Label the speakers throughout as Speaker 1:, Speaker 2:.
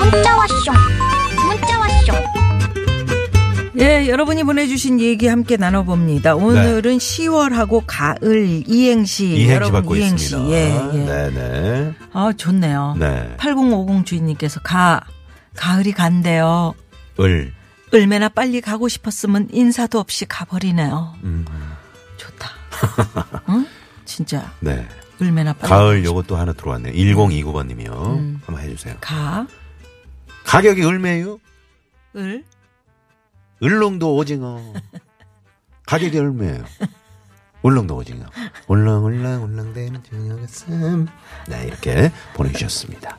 Speaker 1: 문자 왔쇼 문자 왔쇼
Speaker 2: 예, 여러분이 보내주신 얘기 함께 나눠봅니다. 오늘은 10월하고 가을 이행시.
Speaker 3: 네. 이행시
Speaker 2: 음, 여러분
Speaker 3: 받고
Speaker 2: 이행시.
Speaker 3: 있습니다.
Speaker 2: 예, 예.
Speaker 3: 네네.
Speaker 2: 아, 좋네요.
Speaker 3: 네.
Speaker 2: 8050 주인님께서 가, 가을이 간대요.
Speaker 3: 을.
Speaker 2: 얼마나 빨리 가고 싶었으면 인사도 없이 가버리네요.
Speaker 3: 음.
Speaker 2: 좋다. 응? 진짜.
Speaker 3: 네.
Speaker 2: 얼마나 빨리.
Speaker 3: 가을 요것도 하나 들어왔네요. 1029번님이요.
Speaker 2: 음.
Speaker 3: 한번 해주세요.
Speaker 2: 가,
Speaker 3: 가격이 얼마예요?
Speaker 2: 을,
Speaker 3: 을렁도 오징어. 가격이 얼마예요? 울렁도 오징어. 울렁 울렁 울렁대는 저녁의 쌤. 네 이렇게 보내주셨습니다.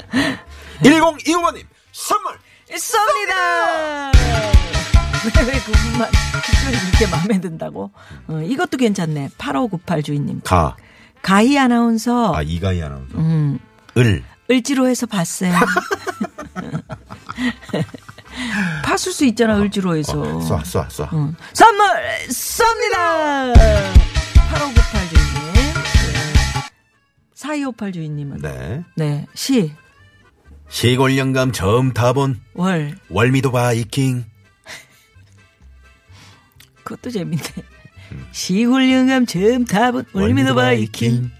Speaker 3: 1029번님 선물.
Speaker 2: 쏩니다! 왜, 왜 그분만 이렇게 마음에 든다고? 어, 이것도 괜찮네. 8598 주인님.
Speaker 3: 가.
Speaker 2: 가희 아나운서
Speaker 3: 아 이가희 아나운서.
Speaker 2: 음.
Speaker 3: 을.
Speaker 2: 을지로에서 봤어요. 파수 수 있잖아 네, 을지로에서.
Speaker 3: 어, 쏴 쏴 쏴.
Speaker 2: 응. 선물 쏩니다. 8598 주인님. 네. 4258 주인님은 네.
Speaker 3: 네.
Speaker 2: 시,
Speaker 3: 시골 영감 처음 타본
Speaker 2: 월.
Speaker 3: 월미도 바이킹.
Speaker 2: 그것도 재밌네. 시골 영감 처음 타본 음. 월미도 바이킹.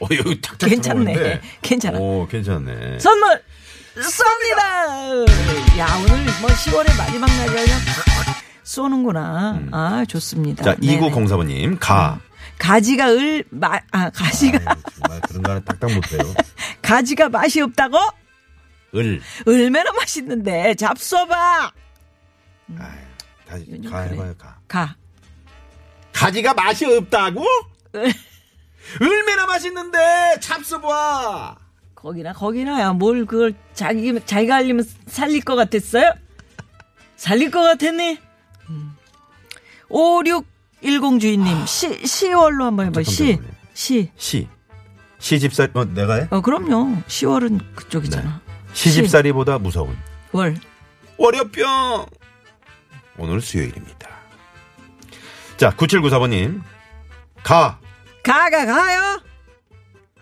Speaker 3: 어, 여기 탁탁
Speaker 2: 괜찮네.
Speaker 3: 들어오는데.
Speaker 2: 괜찮아.
Speaker 3: 오, 괜찮네.
Speaker 2: 선물 쏩니다. 야 오늘 뭐 10월의 마지막 날이라 그냥 확확 쏘는구나. 아 좋습니다.
Speaker 3: 자,
Speaker 2: 네네.
Speaker 3: 2904번님, 가.
Speaker 2: 가지가 을 마, 아 네. 가지가
Speaker 3: 아유, 정말 그런 거는 딱딱 못해요.
Speaker 2: 가지가 맛이 없다고?
Speaker 3: 을.
Speaker 2: 얼마나 맛있는데 잡숴봐.
Speaker 3: 아유, 다시,
Speaker 2: 음. 요즘
Speaker 3: 가
Speaker 2: 그래.
Speaker 3: 해봐요, 가.
Speaker 2: 가
Speaker 3: 가지가 맛이 없다고? 얼마나 맛있는데, 잡숴봐.
Speaker 2: 거기나 거기나야 뭘 그걸 자기 자기가 알리면 살릴 것 같았어요? 살릴 것 같았니? 음. 5610 주인님 시 시월로 한번 해봐
Speaker 3: 깜짝
Speaker 2: 시
Speaker 3: 놀랐네.
Speaker 2: 시.
Speaker 3: 시. 시집살, 어, 내가 해?
Speaker 2: 어 그럼요. 10월은 그쪽이잖아.
Speaker 3: 네. 시집살이보다 무서운.
Speaker 2: 월.
Speaker 3: 월요병. 오늘 수요일입니다. 자, 9794번님, 가.
Speaker 2: 가가 가요.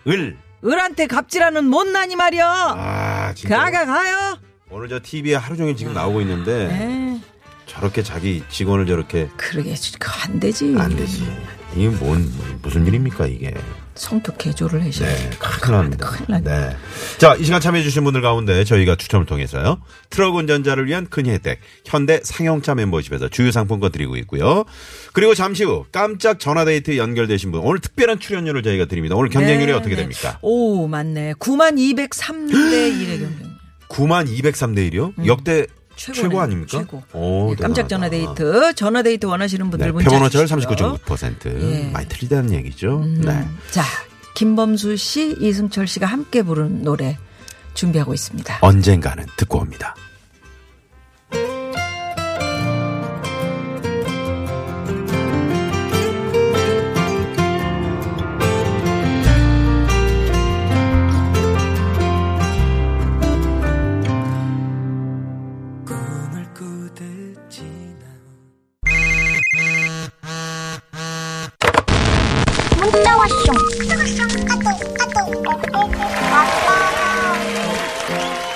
Speaker 3: 을.
Speaker 2: 을한테 갑질하는 못난이 말이여.
Speaker 3: 아, 진짜.
Speaker 2: 가가 가요.
Speaker 3: 오늘 저 TV에 하루 종일 지금 나오고 있는데
Speaker 2: 에
Speaker 3: 저렇게 자기 직원을 저렇게
Speaker 2: 그러게 그거 안 되지.
Speaker 3: 안 되지. 이게 뭔 무슨 일입니까 이게?
Speaker 2: 성격 개조를 해줘.
Speaker 3: 네, 큰일 납니다.
Speaker 2: 큰일 났네.
Speaker 3: 네. 자, 이 시간 참여해주신 분들 가운데 저희가 추첨을 통해서요. 트럭 운전자를 위한 큰 혜택, 현대 상용차 멤버십에서 주유 상품권 드리고 있고요. 그리고 잠시 후 깜짝 전화데이트 연결되신 분, 오늘 특별한 출연료를 저희가 드립니다. 오늘 경쟁률이
Speaker 2: 네,
Speaker 3: 어떻게
Speaker 2: 네.
Speaker 3: 됩니까?
Speaker 2: 오 맞네. 9만 203대 1의 경쟁.
Speaker 3: 9만 203대 1이요? 역대 최고,
Speaker 2: 음. 최고네,
Speaker 3: 아닙니까?
Speaker 2: 최고. 네,
Speaker 3: 오,
Speaker 2: 깜짝
Speaker 3: 대단하다.
Speaker 2: 전화 데이트, 전화 데이트 원하시는 분들
Speaker 3: 네,
Speaker 2: 문자
Speaker 3: 표본오차율
Speaker 2: 주십시오.
Speaker 3: 39.6%
Speaker 2: 예. 음.
Speaker 3: 많이 틀리다는 얘기죠. 네.
Speaker 2: 자, 김범수 씨, 이승철 씨가 함께 부른 노래 준비하고 있습니다.
Speaker 3: 언젠가는 듣고 옵니다.
Speaker 4: 꿈을 꾸듯이
Speaker 1: 문자 왔쇼 까똑 까똑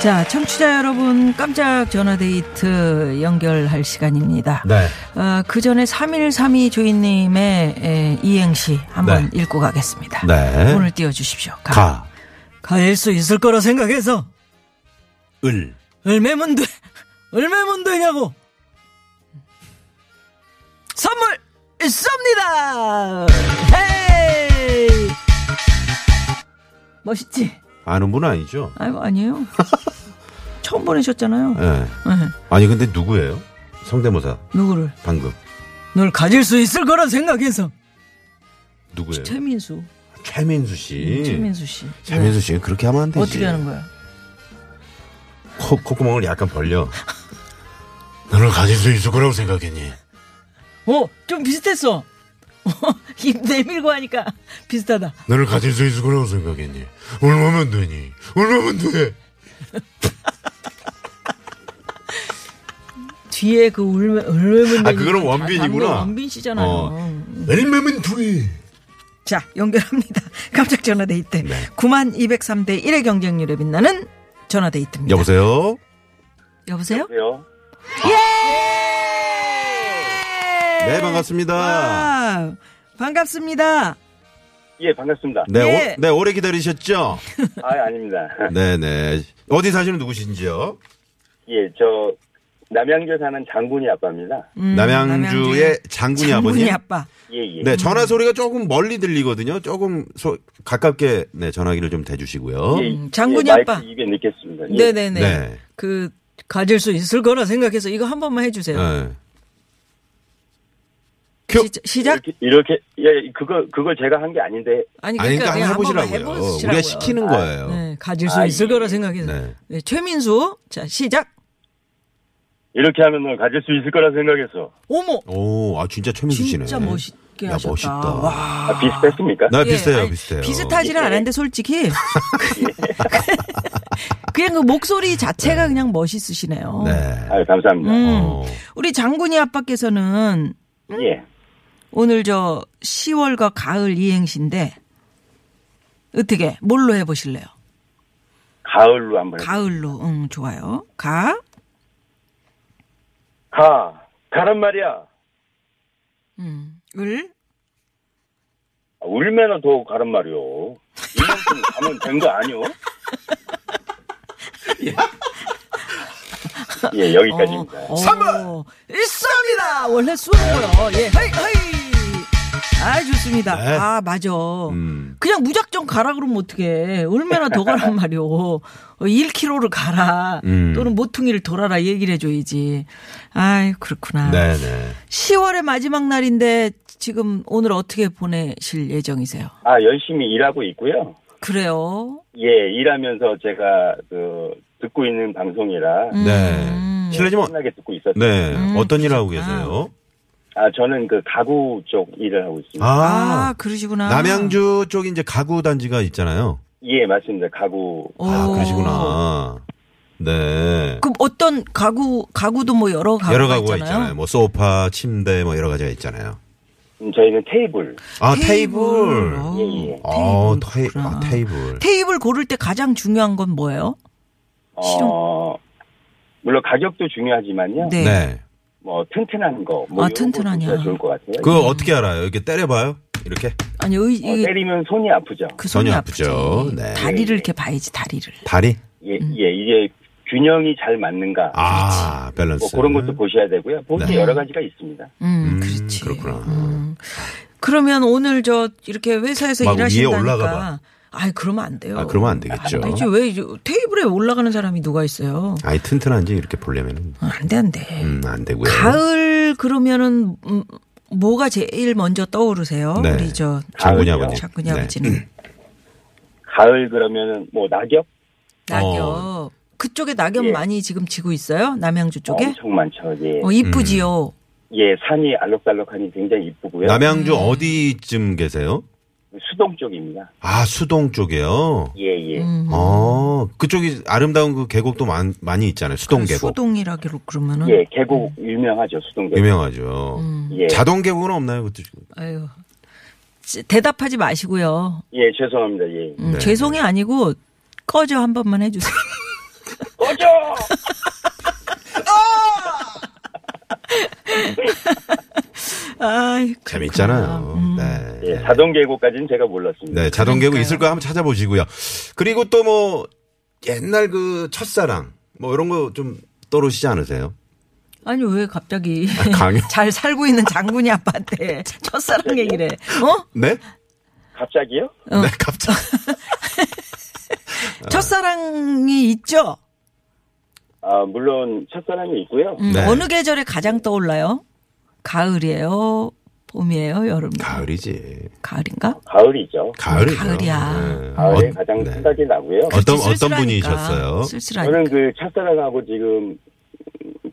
Speaker 2: 자, 청취자 여러분, 깜짝 전화 데이트 연결할 시간입니다.
Speaker 3: 네.
Speaker 2: 어, 그 전에 3132 주인님의 에, 이행시 한번 읽고 가겠습니다.
Speaker 3: 네.
Speaker 2: 오늘 띄워주십시오. 가.
Speaker 3: 가,
Speaker 2: 가일 수 있을 거라 생각해서
Speaker 3: 을,
Speaker 2: 얼마면 돼? 얼마면 되냐고. 선물 쏩니다. 헤이. 멋있지?
Speaker 3: 아는 분 아니죠?
Speaker 2: 아유 아니에요. 처음 보내셨잖아요.
Speaker 3: 예.
Speaker 2: 예.
Speaker 3: 아니, 근데 누구예요? 성대모사,
Speaker 2: 누구를?
Speaker 3: 방금.
Speaker 2: 널 가질 수 있을 거라 생각해서.
Speaker 3: 누구예요?
Speaker 2: 최민수.
Speaker 3: 최민수 씨.
Speaker 2: 최민수 씨.
Speaker 3: 네. 예. 최민수 씨, 그렇게 하면 안 되지.
Speaker 2: 어떻게 하는 거야?
Speaker 3: 코, 콧구멍을 약간 벌려. 너를 가질 수 있을 거라고 생각했니?
Speaker 2: 어, 좀 비슷했어. 입 내밀고 하니까 비슷하다.
Speaker 5: 너를 가질 수 있을 거라고 생각했니? 얼마면 되니? 얼마면 돼?
Speaker 2: 뒤에 그 울면 울면
Speaker 3: 아, 그거는 원빈이구나.
Speaker 2: 원빈 씨잖아요.
Speaker 3: 어.
Speaker 5: 얼마면 돼?
Speaker 2: 자, 연결합니다. 깜짝 전화 데이트.
Speaker 3: 네.
Speaker 2: 9만 203대 1의 경쟁률에 빛나는 전화 데이트입니다.
Speaker 3: 여보세요?
Speaker 2: 여보세요? 예!
Speaker 6: 그래요?
Speaker 3: 네, 반갑습니다.
Speaker 2: 와, 반갑습니다.
Speaker 6: 예, 반갑습니다.
Speaker 3: 네,
Speaker 2: 예.
Speaker 3: 오, 네, 오래 기다리셨죠?
Speaker 6: 아, 아닙니다.
Speaker 3: 네네. 어디 사시는 누구신지요?
Speaker 6: 예, 저 남양주 사는 장군이 아빠입니다.
Speaker 2: 음,
Speaker 3: 남양주의 장군이, 아버님.
Speaker 2: 아빠.
Speaker 6: 예, 예.
Speaker 3: 네, 전화 소리가 조금 멀리 들리거든요. 조금 소, 가깝게 네, 전화기를 좀 대주시고요.
Speaker 6: 예,
Speaker 2: 음, 장군이
Speaker 6: 예, 마이크
Speaker 2: 아빠.
Speaker 6: 입에 넣겠습니다. 예.
Speaker 2: 네네네.
Speaker 3: 네.
Speaker 2: 그 가질 수 있을 거라 생각해서 이거 한 번만 해주세요.
Speaker 3: 네. 큐.
Speaker 2: 시, 작
Speaker 6: 이렇게, 이렇게 예, 그거 그걸 제가 한 게 아닌데
Speaker 2: 아니
Speaker 3: 아니,
Speaker 2: 그러니까,
Speaker 3: 그러니까
Speaker 2: 그냥
Speaker 3: 한번
Speaker 2: 한
Speaker 3: 해보시라고요.
Speaker 2: 번만 해보시라고요.
Speaker 3: 우리가 시키는 거예요.
Speaker 2: 네, 가질 수
Speaker 6: 아,
Speaker 2: 있을
Speaker 6: 예.
Speaker 2: 거라 생각해서.
Speaker 3: 네.
Speaker 2: 네, 최민수. 자, 시작.
Speaker 6: 이렇게 하면은 가질 수 있을 거라 생각해서
Speaker 2: 오모.
Speaker 3: 오, 아, 진짜 최민수 씨네.
Speaker 2: 진짜 멋있게
Speaker 3: 야,
Speaker 2: 하셨다.
Speaker 3: 멋있다.
Speaker 2: 와.
Speaker 6: 아, 비슷했습니까?
Speaker 3: 나
Speaker 2: 예,
Speaker 3: 비슷해요,
Speaker 2: 아니,
Speaker 3: 비슷해요.
Speaker 2: 비슷하지는 않았는데 솔직히 그냥 그 목소리 자체가 그냥 멋있으시네요.
Speaker 3: 네.
Speaker 6: 아,
Speaker 2: 음.
Speaker 6: 감사합니다.
Speaker 3: 어.
Speaker 2: 우리 장군이 아빠께서는
Speaker 6: 예.
Speaker 2: 오늘 저 10월과 가을 이행시인데 어떻게 뭘로 해보실래요?
Speaker 6: 가을로 한번 해.
Speaker 2: 가을로 응 좋아요. 가
Speaker 6: 가. 가란 말이야.
Speaker 2: 을.
Speaker 6: 아, 울면은 더 가란 말이요. 이만큼 가면 된 거 아니오? 예, 여기까지입니다.
Speaker 2: 어. 번 일삼이다 원래 수어고요. 예, 헤이 헤이. 아 좋습니다.
Speaker 3: 네.
Speaker 2: 아 맞아.
Speaker 3: 음.
Speaker 2: 그냥 무작정 가라 그러면 어떡해. 얼마나 더 가란 말이오. 어, 1km를 가라.
Speaker 3: 음.
Speaker 2: 또는 모퉁이를 돌아라 얘기를 해줘야지. 아이, 그렇구나.
Speaker 3: 네네.
Speaker 2: 10월의 마지막 날인데 지금 오늘 어떻게 보내실 예정이세요?
Speaker 6: 아, 열심히 일하고 있고요.
Speaker 2: 그래요.
Speaker 6: 예, 일하면서 제가 그 듣고 있는 방송이라
Speaker 3: 네. 실례지만,
Speaker 6: 신나게 듣고 있었어요.
Speaker 3: 네.
Speaker 2: 음,
Speaker 3: 어떤 일 하고
Speaker 2: 그러셨구나.
Speaker 3: 계세요?
Speaker 6: 아, 저는 그 가구 쪽 일을 하고 있습니다.
Speaker 3: 아,
Speaker 2: 아, 그러시구나.
Speaker 3: 남양주 쪽 이제 가구 단지가 있잖아요.
Speaker 6: 예, 맞습니다. 가구.
Speaker 3: 아,
Speaker 2: 오.
Speaker 3: 그러시구나. 네.
Speaker 2: 그럼 어떤 가구, 가구도 뭐 여러 가구가
Speaker 3: 여러 가구가 있잖아요.
Speaker 2: 있잖아요.
Speaker 3: 뭐 소파, 침대 뭐 여러 가지가 있잖아요.
Speaker 6: 음, 저희는 테이블.
Speaker 3: 아, 테이블.
Speaker 2: 어,
Speaker 6: 예, 예.
Speaker 3: 어, 테이,
Speaker 2: 테이블.
Speaker 3: 아, 테이블.
Speaker 2: 테이블 고를 때 가장 중요한 건 뭐예요?
Speaker 6: 어, 물론 가격도 중요하지만요.
Speaker 3: 네.
Speaker 6: 뭐 튼튼한 거. 뭐
Speaker 2: 아,
Speaker 6: 이런 거
Speaker 2: 튼튼하냐.
Speaker 6: 진짜 좋을 것 같아요.
Speaker 3: 그거 어떻게 알아요? 이렇게 때려봐요? 이렇게?
Speaker 2: 아니, 의,
Speaker 6: 어,
Speaker 2: 이-
Speaker 6: 때리면 손이 아프죠.
Speaker 2: 그 손이
Speaker 3: 전혀
Speaker 2: 아프지.
Speaker 3: 아프죠. 네.
Speaker 2: 다리를 이렇게 봐야지 다리를.
Speaker 3: 다리?
Speaker 6: 예,
Speaker 2: 음.
Speaker 6: 예, 이게 균형이 잘 맞는가.
Speaker 3: 아, 밸런스.
Speaker 6: 뭐 그런 것도 보셔야 되고요. 볼 때
Speaker 3: 네.
Speaker 6: 여러 가지가 있습니다.
Speaker 2: 음,
Speaker 3: 음,
Speaker 2: 그렇지.
Speaker 3: 그렇구나.
Speaker 2: 그러면 오늘 저 이렇게 회사에서
Speaker 3: 막 위에
Speaker 2: 일하신다니까.
Speaker 3: 올라가 봐.
Speaker 2: 아이 그러면 안 돼요.
Speaker 3: 아, 그러면 안 되겠죠.
Speaker 2: 안 되지 왜 이제 테이블에 올라가는 사람이 누가 있어요?
Speaker 3: 아이, 튼튼한지 이렇게 보려면은,
Speaker 2: 아, 안 돼, 안 돼.
Speaker 3: 음, 안 되고요.
Speaker 2: 가을 그러면은 음, 뭐가 제일 먼저 떠오르세요?
Speaker 3: 네.
Speaker 2: 우리 저
Speaker 3: 장군이
Speaker 6: 가을이요.
Speaker 3: 아버님.
Speaker 2: 작군이
Speaker 3: 네.
Speaker 2: 아버지는
Speaker 6: 가을 그러면은 뭐 낙엽
Speaker 2: 낙엽.
Speaker 3: 어.
Speaker 2: 그쪽에 낙엽
Speaker 6: 예.
Speaker 2: 많이 지금 지고 있어요? 남양주 쪽에?
Speaker 6: 엄청 많죠. 예,
Speaker 2: 어, 이쁘지요.
Speaker 3: 음.
Speaker 6: 예, 산이 알록달록하니 굉장히 이쁘고요. 그
Speaker 3: 남양주 어디쯤 계세요?
Speaker 6: 수동 쪽입니다.
Speaker 3: 아, 수동 쪽이요?
Speaker 6: 예, 예.
Speaker 2: 음.
Speaker 3: 어, 그쪽이 아름다운 그 계곡도 많, 많이 있잖아요. 수동 계곡.
Speaker 2: 수동이라기로 그러면은
Speaker 6: 예, 계곡 유명하죠. 수동 계곡.
Speaker 3: 유명하죠.
Speaker 6: 예,
Speaker 3: 자동 계곡은 없나요? 그때
Speaker 2: 아유. 지- 대답하지 마시고요.
Speaker 6: 예, 죄송합니다. 예.
Speaker 3: 네.
Speaker 2: 음, 죄송해 아니고 꺼져 한 번만 해주세요.
Speaker 6: 꺼져!
Speaker 2: 아,
Speaker 3: 재밌잖아요. 네.
Speaker 6: 예, 자동 계곡까지는 제가 몰랐습니다.
Speaker 3: 네, 자동 계곡 있을 거 한번 찾아보시고요. 그리고 또 뭐 옛날 그 첫사랑 뭐 이런 거 좀 떠오르시지 않으세요?
Speaker 2: 아니 왜 갑자기
Speaker 3: 아, 강요?
Speaker 2: 잘 살고 있는 장군이 아빠한테 첫사랑 얘기를 해. 어?
Speaker 3: 네?
Speaker 6: 갑자기요?
Speaker 3: 네, 갑자기.
Speaker 2: 첫사랑이 있죠?
Speaker 6: 아, 물론 첫사람이 있고요.
Speaker 2: 음,
Speaker 3: 네.
Speaker 2: 어느 계절에 가장 떠올라요? 가을이에요? 봄이에요? 여름?
Speaker 3: 가을이지.
Speaker 2: 가을인가?
Speaker 6: 가을이죠.
Speaker 3: 가을이죠.
Speaker 2: 가을이야.
Speaker 3: 네.
Speaker 6: 가을에
Speaker 3: 어,
Speaker 6: 가장
Speaker 3: 네.
Speaker 2: 그러니까.
Speaker 6: 생각이 나고요.
Speaker 3: 어떤
Speaker 2: 그치,
Speaker 3: 어떤
Speaker 2: 쓸쓸하니까.
Speaker 6: 그-
Speaker 3: 분이셨어요?
Speaker 2: 쓸쓸하니까.
Speaker 6: 저는 그 첫사랑하고 지금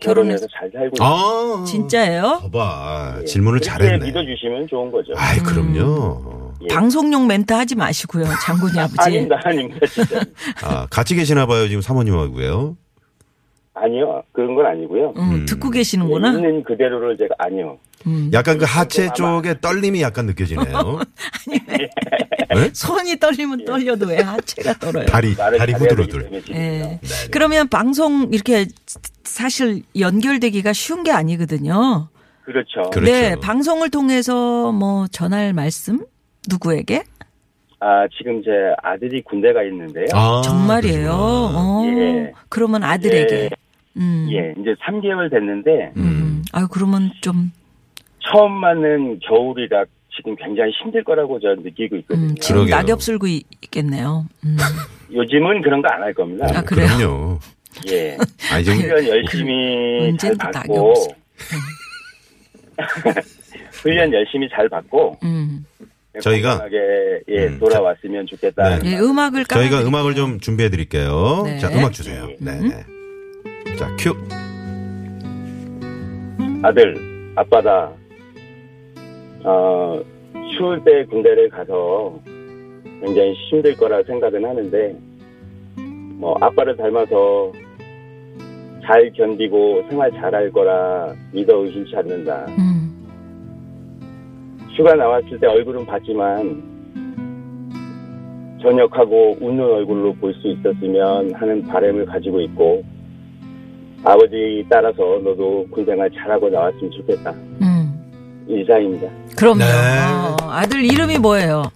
Speaker 6: 결혼해서 잘 살고 있어요.
Speaker 3: 아.
Speaker 2: 진짜예요?
Speaker 3: 봐봐. 질문을
Speaker 6: 그렇게
Speaker 3: 잘했네.
Speaker 6: 믿어주시면 좋은 거죠.
Speaker 3: 아이, 그럼요.
Speaker 6: 예.
Speaker 2: 방송용 멘트 하지 마시고요, 장군이 아버지.
Speaker 6: 아닙니다, 아닙니다, 진짜.
Speaker 3: 아, 같이 계시나 봐요, 지금 사모님하고요.
Speaker 6: 아니요, 그런 건 아니고요.
Speaker 2: 음, 듣고 계시는구나.
Speaker 6: 있는 그대로를 제가 아니요.
Speaker 2: 음.
Speaker 3: 약간 그 하체 쪽에 떨림이 약간 느껴지네요.
Speaker 6: 네.
Speaker 2: 손이
Speaker 6: 예.
Speaker 2: 떨리면 떨려도 왜 하체가 떨어요?
Speaker 3: 다리,
Speaker 6: 말을
Speaker 3: 다리
Speaker 6: 잘해야 되기
Speaker 3: 후들후들.
Speaker 6: 때문에 지금.
Speaker 3: 네,
Speaker 2: 예. 그러면 방송 이렇게 사실 연결되기가 쉬운 게 아니거든요.
Speaker 6: 그렇죠.
Speaker 3: 그렇죠.
Speaker 2: 네, 방송을 통해서 뭐 전할 말씀 누구에게?
Speaker 6: 아 지금 제 아들이 군대가 있는데요.
Speaker 3: 아,
Speaker 2: 정말이에요. 어,
Speaker 6: 예.
Speaker 2: 그러면 아들에게.
Speaker 6: 예.
Speaker 2: 음.
Speaker 6: 예, 이제 3개월 됐는데
Speaker 2: 음. 아유 그러면 좀
Speaker 6: 처음 맞는 겨울이라 지금 굉장히 힘들 거라고 저는 느끼고 있거든요.
Speaker 2: 음, 지금
Speaker 3: 그러게요.
Speaker 2: 낙엽 쓸고 이- 있겠네요. 음.
Speaker 6: 요즘은 그런 거 안 할 겁니다.
Speaker 2: 아,
Speaker 3: 그럼
Speaker 2: 그래요?
Speaker 3: 요
Speaker 6: 예,
Speaker 3: 아, 이제
Speaker 6: 훈련 열심히 잘
Speaker 2: 언젠 또 낙엽
Speaker 6: 받고
Speaker 2: 없어.
Speaker 6: 훈련 열심히 잘 받고
Speaker 2: 음.
Speaker 3: 저희가-
Speaker 6: 건강하게 예
Speaker 3: 음,
Speaker 6: 돌아왔으면 좋겠다.
Speaker 3: 네.
Speaker 2: 예, 음악을 깔아.
Speaker 3: 저희가 음악을 좀 준비해 드릴게요.
Speaker 2: 네.
Speaker 3: 자, 음악 주세요. 네, 네. 자, 큐.
Speaker 6: 아들, 아빠다. 어, 추울 때 군대를 가서 굉장히 힘들 거라 생각은 하는데, 뭐, 아빠를 닮아서 잘 견디고 생활 잘할 거라 믿어 의심치 않는다.
Speaker 2: 음.
Speaker 6: 휴가 나왔을 때 얼굴은 봤지만, 전역하고 웃는 얼굴로 볼 수 있었으면 하는 바람을 가지고 있고, 아버지 따라서 너도 군생활 잘하고 나왔으면 좋겠다.
Speaker 2: 음.
Speaker 6: 이상입니다.
Speaker 2: 그럼요.
Speaker 3: 네.
Speaker 2: 어, 아들 이름이 뭐예요?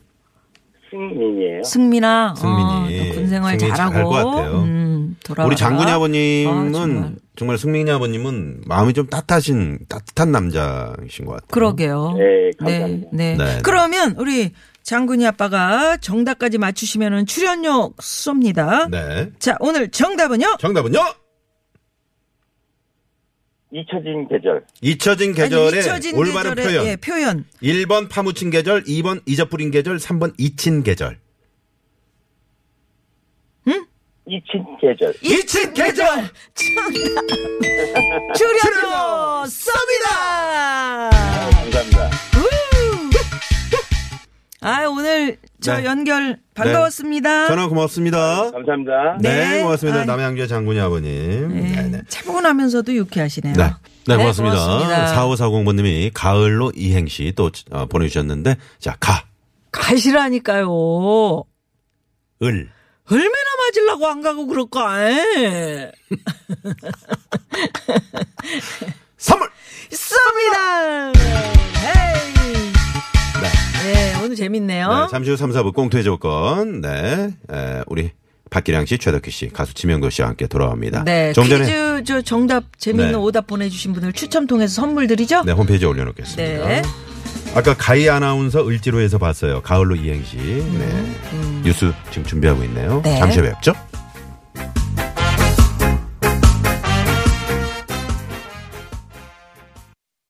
Speaker 6: 승민이에요.
Speaker 2: 승민아.
Speaker 3: 승민이.
Speaker 2: 어, 군생활
Speaker 3: 승민이 잘할
Speaker 2: 잘하고.
Speaker 3: 것 같아요.
Speaker 2: 음, 돌아와라.
Speaker 3: 우리 장군이
Speaker 2: 아,
Speaker 3: 아버님은 정말.
Speaker 2: 정말.
Speaker 3: 승민이 아버님은 마음이 좀 따뜻하신 따뜻한 남자이신 것 같아요.
Speaker 2: 그러게요.
Speaker 6: 네, 감사합니다.
Speaker 2: 네,
Speaker 3: 네, 네.
Speaker 2: 그러면 우리 장군이 아빠가 정답까지 맞추시면은 출연료 쏩니다.
Speaker 3: 네.
Speaker 2: 자, 오늘 정답은요?
Speaker 3: 정답은요?
Speaker 6: 잊혀진 계절.
Speaker 3: 잊혀진
Speaker 2: 아니,
Speaker 3: 계절의
Speaker 2: 잊혀진
Speaker 3: 올바른
Speaker 2: 계절의,
Speaker 3: 표현.
Speaker 2: 예, 표현.
Speaker 3: 1번 파묻힌 계절, 2번 잊어버린 계절, 3번 잊힌 계절.
Speaker 6: 잊힌 계절.
Speaker 3: 잊힌 계절!
Speaker 2: 출연료 쏩니다.
Speaker 6: 감사합니다.
Speaker 2: 아, 오늘 저
Speaker 3: 네.
Speaker 2: 연결 반가웠습니다.
Speaker 3: 전화 고맙습니다.
Speaker 6: 감사합니다.
Speaker 3: 네,
Speaker 2: 네.
Speaker 3: 고맙습니다.
Speaker 2: 아이.
Speaker 3: 남양주의 장군이 아버님. 네, 네.
Speaker 2: 차분하면서도 유쾌하시네요.
Speaker 3: 네. 네, 고맙습니다.
Speaker 2: 고맙습니다.
Speaker 3: 4540번님이 가을로 이행시 또 어, 보내주셨는데, 자, 가,
Speaker 2: 가시라니까요.
Speaker 3: 을.
Speaker 2: 얼마나 맞으려고 안 가고 그럴까? 에?
Speaker 3: 선물!
Speaker 2: 쏩니다. 헤이. 네, 오늘 재밌네요.
Speaker 3: 네, 잠시 후 3, 4부 꽁투의 조건. 네. 에, 우리 박기량 씨, 최덕희 씨, 가수 지명도 씨와 함께 돌아옵니다.
Speaker 2: 네,
Speaker 3: 좀 전에
Speaker 2: 퀴즈 저 정답 재밌는
Speaker 3: 네.
Speaker 2: 오답 보내주신 분들 추첨 통해서 선물 드리죠.
Speaker 3: 네, 홈페이지에 올려놓겠습니다.
Speaker 2: 네.
Speaker 3: 아까 가희 아나운서 을지로에서 봤어요. 가을로 이행시. 음, 네. 뉴스 지금 준비하고 있네요.
Speaker 2: 네.
Speaker 3: 잠시 후에 뵙죠.